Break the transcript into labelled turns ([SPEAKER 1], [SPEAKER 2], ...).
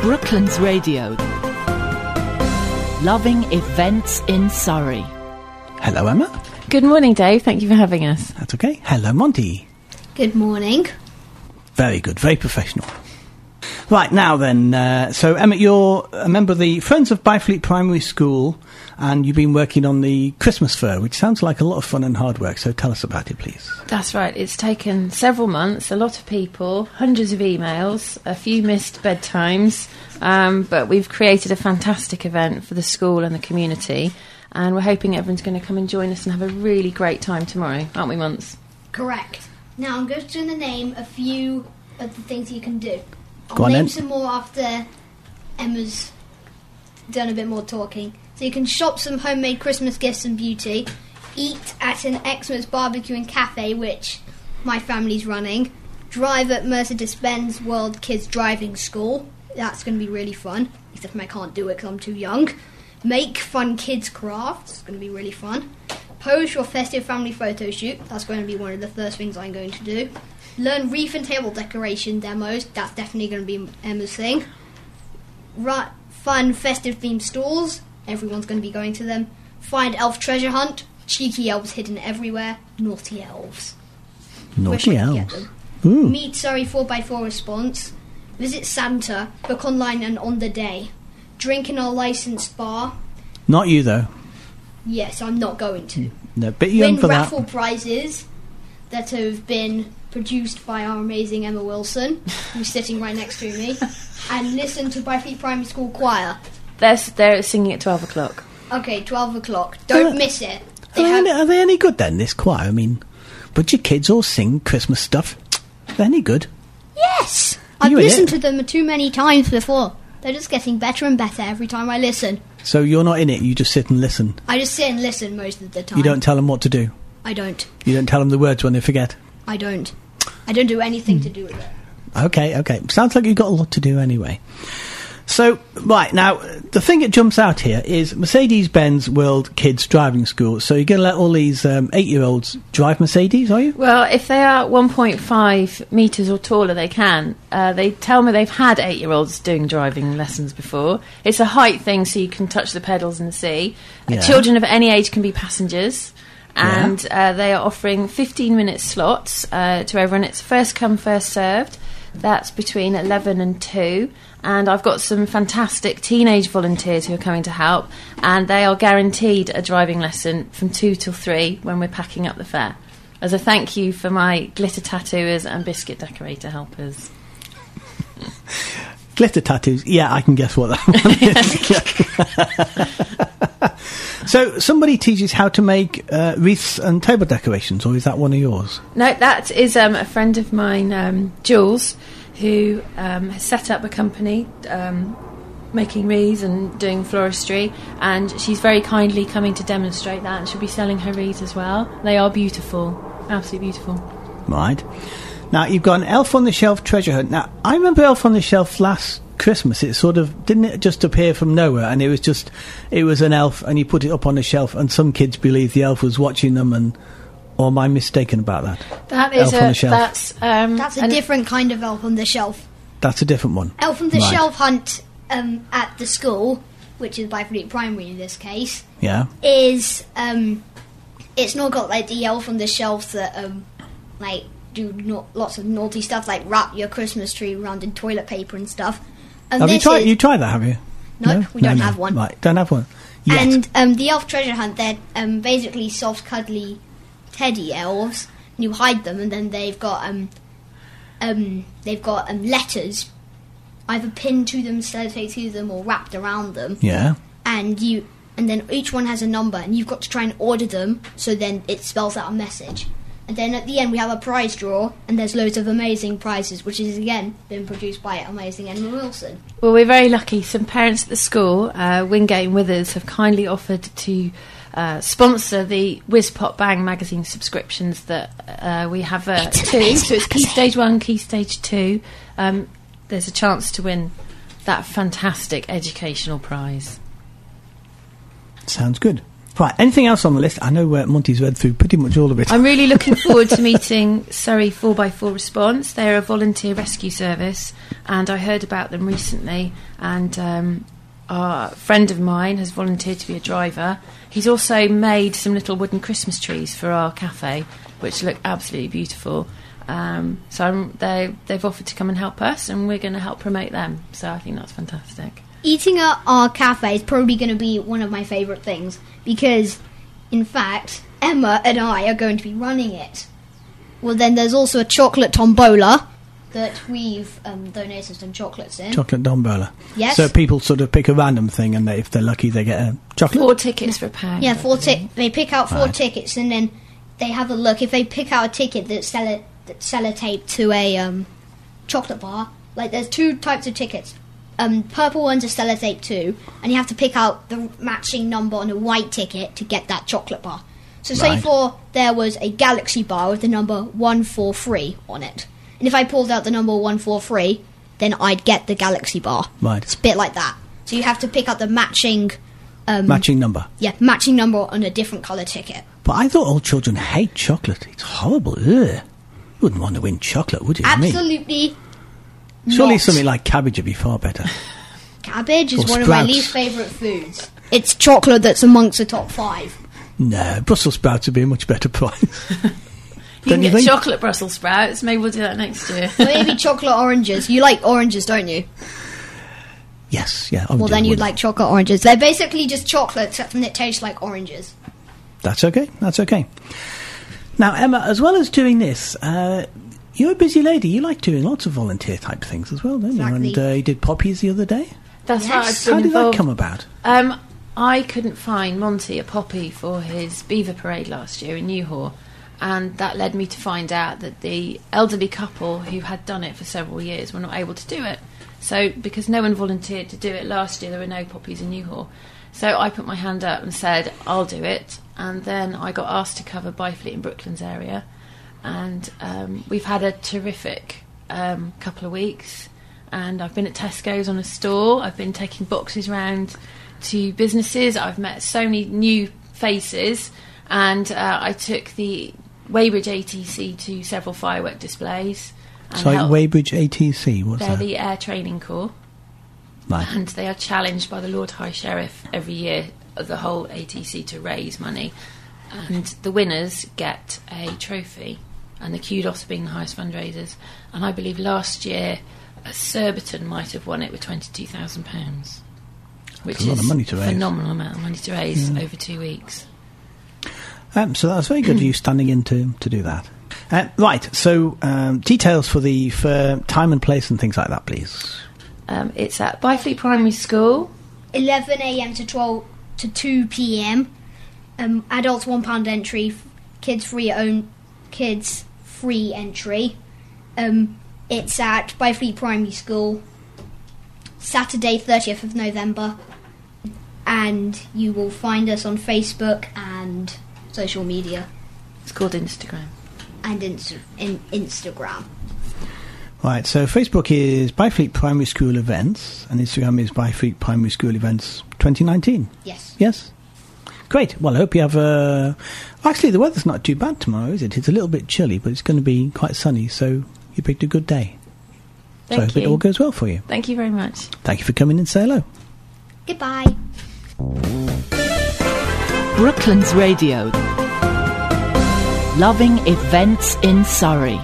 [SPEAKER 1] Brooklands Radio. Loving events in Surrey.
[SPEAKER 2] Hello, Emma.
[SPEAKER 3] Good morning, Dave. Thank you for having us.
[SPEAKER 2] That's okay. Hello, Monty.
[SPEAKER 4] Good morning.
[SPEAKER 2] Very good. Very professional. Right now, then. Uh, so, Emma, you're a member of the Friends of Byfleet Primary School, and you've been working on the Christmas fair, which sounds like a lot of fun and hard work. So, tell us about it, please.
[SPEAKER 3] That's right. It's taken several months, a lot of people, hundreds of emails, a few missed bedtimes, um, but we've created a fantastic event for the school and the community, and we're hoping everyone's going to come and join us and have a really great time tomorrow, aren't we, Monts?
[SPEAKER 4] Correct. Now I'm going to name a few of the things you can do. I'll
[SPEAKER 2] Go on
[SPEAKER 4] name
[SPEAKER 2] then.
[SPEAKER 4] some more after Emma's done a bit more talking. So you can shop some homemade Christmas gifts and beauty, eat at an Xmas barbecue and cafe, which my family's running, drive at Mercedes Benz World Kids Driving School. That's going to be really fun, except I can't do it because I'm too young. Make fun kids crafts. It's going to be really fun. Pose your festive family photo shoot. That's going to be one of the first things I'm going to do. Learn wreath and table decoration demos. That's definitely going to be Emma's thing. Right, fun festive themed stalls. Everyone's going to be going to them. Find elf treasure hunt. Cheeky elves hidden everywhere. Naughty elves. Wish
[SPEAKER 2] Naughty
[SPEAKER 4] I could get
[SPEAKER 2] elves. Hmm.
[SPEAKER 4] them.
[SPEAKER 2] Ooh,
[SPEAKER 4] Meet Surrey 4x4 response. Visit Santa. Book online and on the day. Drink in our licensed bar.
[SPEAKER 2] not you though.
[SPEAKER 4] Yes, I'm not going to.
[SPEAKER 2] No, bit young
[SPEAKER 4] Win
[SPEAKER 2] Hmm. for that.
[SPEAKER 4] raffle prizes that have been produced by our amazing Emma Wilson, who's sitting right next to me. And listen to Byfleet Primary School Choir.
[SPEAKER 3] They're, s- they're singing at 12 o'clock.
[SPEAKER 4] Okay, 12 o'clock. Don't
[SPEAKER 2] Uh,
[SPEAKER 4] miss it.
[SPEAKER 2] Are
[SPEAKER 4] They
[SPEAKER 2] they,
[SPEAKER 4] have-
[SPEAKER 2] any, are they any good then? This choir. I mean, would your kids all sing Christmas stuff? Are they any good?
[SPEAKER 4] yes! I've
[SPEAKER 2] You in
[SPEAKER 4] listened
[SPEAKER 2] it?
[SPEAKER 4] to them too many times before. They're just getting better and better every time I listen.
[SPEAKER 2] So you're not in it. You just sit and listen.
[SPEAKER 4] I just sit and listen most of the time.
[SPEAKER 2] You don't tell them what to do.
[SPEAKER 4] I don't.
[SPEAKER 2] You don't tell them the words when they forget.
[SPEAKER 4] I don't. I don't do anything to do with it.
[SPEAKER 2] Okay, okay. Sounds like you've got a lot to do anyway. So, right, now, the thing that jumps out here is Mercedes Benz World Kids Driving School. So, you're going to let all these um, eight year olds drive Mercedes, are you?
[SPEAKER 3] Well, if they are 1.5 metres or taller, they can. Uh, they tell me they've had eight year olds doing driving lessons before. It's a height thing, so you can touch the pedals and see. Uh,
[SPEAKER 2] Yeah.
[SPEAKER 3] Children of any age can be passengers. And uh, they are offering 15 minute slots uh, to everyone. It's first come, first served. That's between 11 and 2. And I've got some fantastic teenage volunteers who are coming to help. And they are guaranteed a driving lesson from 2 till 3 when we're packing up the fair as a thank you for my glitter tattooers and biscuit decorator helpers.
[SPEAKER 2] Glitter tattoos. Yeah, I can guess what that one is. so, somebody teaches how to make uh, wreaths and table decorations, or is that one of yours?
[SPEAKER 3] No, that is um, a friend of mine, um, Jules, who um, has set up a company um, making wreaths and doing floristry, and she's very kindly coming to demonstrate that, and she'll be selling her wreaths as well. They are beautiful, absolutely beautiful.
[SPEAKER 2] Right. Now, you've got an Elf on the Shelf treasure hunt. Now, I remember Elf on the Shelf last Christmas. It sort of didn't it just appear from nowhere, and it was just it was an elf, and you put it up on the shelf, and some kids believed the elf was watching them, and or am I mistaken about that?
[SPEAKER 3] That is
[SPEAKER 2] Elf on
[SPEAKER 3] a
[SPEAKER 2] the shelf.
[SPEAKER 3] that's um,
[SPEAKER 4] That's a
[SPEAKER 3] an-
[SPEAKER 4] different kind of elf on the shelf.
[SPEAKER 2] That's a different one.
[SPEAKER 4] Elf on the
[SPEAKER 2] Right.
[SPEAKER 4] Shelf hunt um, at the school, which is Byfleet Primary in this case,
[SPEAKER 2] Yeah.
[SPEAKER 4] is um, it's not got like the elf on the shelf that um, like do no- lots of naughty stuff like wrap your Christmas tree around in toilet paper and stuff. And
[SPEAKER 2] Have you
[SPEAKER 4] this
[SPEAKER 2] tried?
[SPEAKER 4] is-
[SPEAKER 2] You tried that? Have you?
[SPEAKER 4] No, we don't have one.
[SPEAKER 2] Right, don't have one. Yet.
[SPEAKER 4] And um, the elf treasure hunt, they're um, basically soft, cuddly teddy elves. And you hide them, and then they've got um, um, they've got um, letters, either pinned to them, sellotape to them, or wrapped around them.
[SPEAKER 2] yeah.
[SPEAKER 4] And you, and then each one has a number, and you've got to try and order them. So then it spells out a message. And then at the end, we have a prize draw, and there's loads of amazing prizes, which is again been produced by amazing Emma Wilson.
[SPEAKER 3] Well, we're very lucky. Some parents at the school, uh, Wingate and Withers, have kindly offered to uh, sponsor the Whiz Pop Bang magazine subscriptions that uh, we have uh, two. So it's Key Stage 1, Key Stage 2. Um, there's a chance to win that fantastic educational prize.
[SPEAKER 2] Sounds good. Right, anything else on the list? I know uh, Monty's read through pretty much all of it.
[SPEAKER 3] I'm really looking forward to meeting Surrey 4x4 Response. They're a volunteer rescue service, and I heard about them recently. And um, a friend of mine has volunteered to be a driver. He's also made some little wooden Christmas trees for our cafe, which look absolutely beautiful. Um, so I'm, they, they've offered to come and help us, and we're going to help promote them. So I think that's fantastic.
[SPEAKER 4] Eating at our cafe is probably going to be one of my favourite things because, in fact, Emma and I are going to be running it. Well, then there's also a chocolate tombola that we've um, donated some chocolates in.
[SPEAKER 2] Chocolate Dombola.
[SPEAKER 4] Yes.
[SPEAKER 2] So people sort of pick a random thing, and they, if they're lucky, they get a chocolate.
[SPEAKER 3] Four tickets for a pound.
[SPEAKER 4] yeah, four
[SPEAKER 2] Mm.
[SPEAKER 4] ti- They pick out four tickets and then they have a look. If they pick out a ticket that's, cello- that's sellotaped to a um, chocolate bar, like there's two types of tickets. Um, purple ones are sellotape too, and you have to pick out the matching number on a white ticket to get that chocolate bar. So, say
[SPEAKER 2] Right.
[SPEAKER 4] for there was a galaxy bar with the number one four three on it, and if I pulled out the number one four three, then I'd get the galaxy bar.
[SPEAKER 2] Right.
[SPEAKER 4] it's a bit like that. So you have to pick out the matching um,
[SPEAKER 2] Mm-hmm. Matching number.
[SPEAKER 4] yeah, matching number on a different colour ticket.
[SPEAKER 2] But I thought all children hate chocolate. It's horrible. Ugh. You wouldn't want to win chocolate, would you? I mean,
[SPEAKER 4] Absolutely.
[SPEAKER 2] Surely
[SPEAKER 4] not.
[SPEAKER 2] something like cabbage would be far better.
[SPEAKER 4] Cabbage is
[SPEAKER 2] Or
[SPEAKER 4] one of my
[SPEAKER 2] sprouts.
[SPEAKER 4] least favourite foods. It's chocolate that's amongst the top five.
[SPEAKER 2] no, Brussels sprouts would be a much better price.
[SPEAKER 3] you can
[SPEAKER 2] Don't you
[SPEAKER 3] get
[SPEAKER 2] think?
[SPEAKER 3] chocolate Brussels sprouts. Maybe we'll do that next year.
[SPEAKER 4] Maybe chocolate oranges. You like oranges, don't you?
[SPEAKER 2] yes, yeah.
[SPEAKER 4] Well, then you'd like chocolate oranges. They're basically just chocolate, except that it tastes like oranges.
[SPEAKER 2] That's okay. That's okay. Now, Emma, as well as doing this, uh, you're a busy lady. You like doing lots of volunteer type things as well, don't you?
[SPEAKER 4] Exactly.
[SPEAKER 2] And uh, you did poppies the other day.
[SPEAKER 3] That's right. I've
[SPEAKER 4] Yes.
[SPEAKER 3] been
[SPEAKER 2] How did
[SPEAKER 3] involved.
[SPEAKER 2] that come about?
[SPEAKER 3] Um, I couldn't find Monty a poppy for his beaver parade last year in Newhall, and that led me to find out that the elderly couple who had done it for several years were not able to do it. So, because no one volunteered to do it last year, there were no poppies in Newhall. So I put my hand up and said, I'll do it. And then I got asked to cover Byfleet in Brooklands area. And um, we've had a terrific um, couple of weeks and I've been at Tesco's on a store. I've been taking boxes round to businesses. I've met so many new faces, and uh, I took the Weybridge ATC to several firework displays. And
[SPEAKER 2] Sorry,
[SPEAKER 3] helped-
[SPEAKER 2] Weybridge ATC. What's
[SPEAKER 3] They're
[SPEAKER 2] that?
[SPEAKER 3] the Air Training Corps,
[SPEAKER 2] Right.
[SPEAKER 3] and they are challenged by the Lord High Sheriff every year of the whole ATC to raise money, and the winners get a trophy. And the kudos being the highest fundraisers, and I believe last year uh, Surbiton might have won it with twenty two thousand pounds, which
[SPEAKER 2] a lot
[SPEAKER 3] is
[SPEAKER 2] of money to raise.
[SPEAKER 3] phenomenal amount of money to raise over two weeks.
[SPEAKER 2] Um, so that was very good of you standing in to, to do that. Uh, right, so um, details for the for time and place and things like that, please.
[SPEAKER 3] Um, it's at Byfleet Primary School.
[SPEAKER 4] 11 a.m. to 12 to 2 p.m. Um, adults one pound entry, f- kids free own kids free entry. Um, it's at Byfleet Primary School. Saturday, 30th of November, and you will find us on Facebook and social media
[SPEAKER 3] It's called Instagram.
[SPEAKER 4] and Insta- in Instagram.
[SPEAKER 2] Right, so Facebook is Byfleet Primary School Events, and Instagram is Byfleet Primary School Events 2019.
[SPEAKER 4] Yes.
[SPEAKER 2] Yes? Great. Well, I hope you have a. Actually, the weather's not too bad tomorrow, is it? It's a little bit chilly, but it's going to be quite sunny, so you picked a good day. so I
[SPEAKER 3] Thank
[SPEAKER 2] hope it all
[SPEAKER 3] you.
[SPEAKER 2] goes well for you.
[SPEAKER 3] Thank you very much.
[SPEAKER 2] Thank you for coming and say hello.
[SPEAKER 4] Goodbye.
[SPEAKER 1] Brooklands Radio. Loving events in Surrey.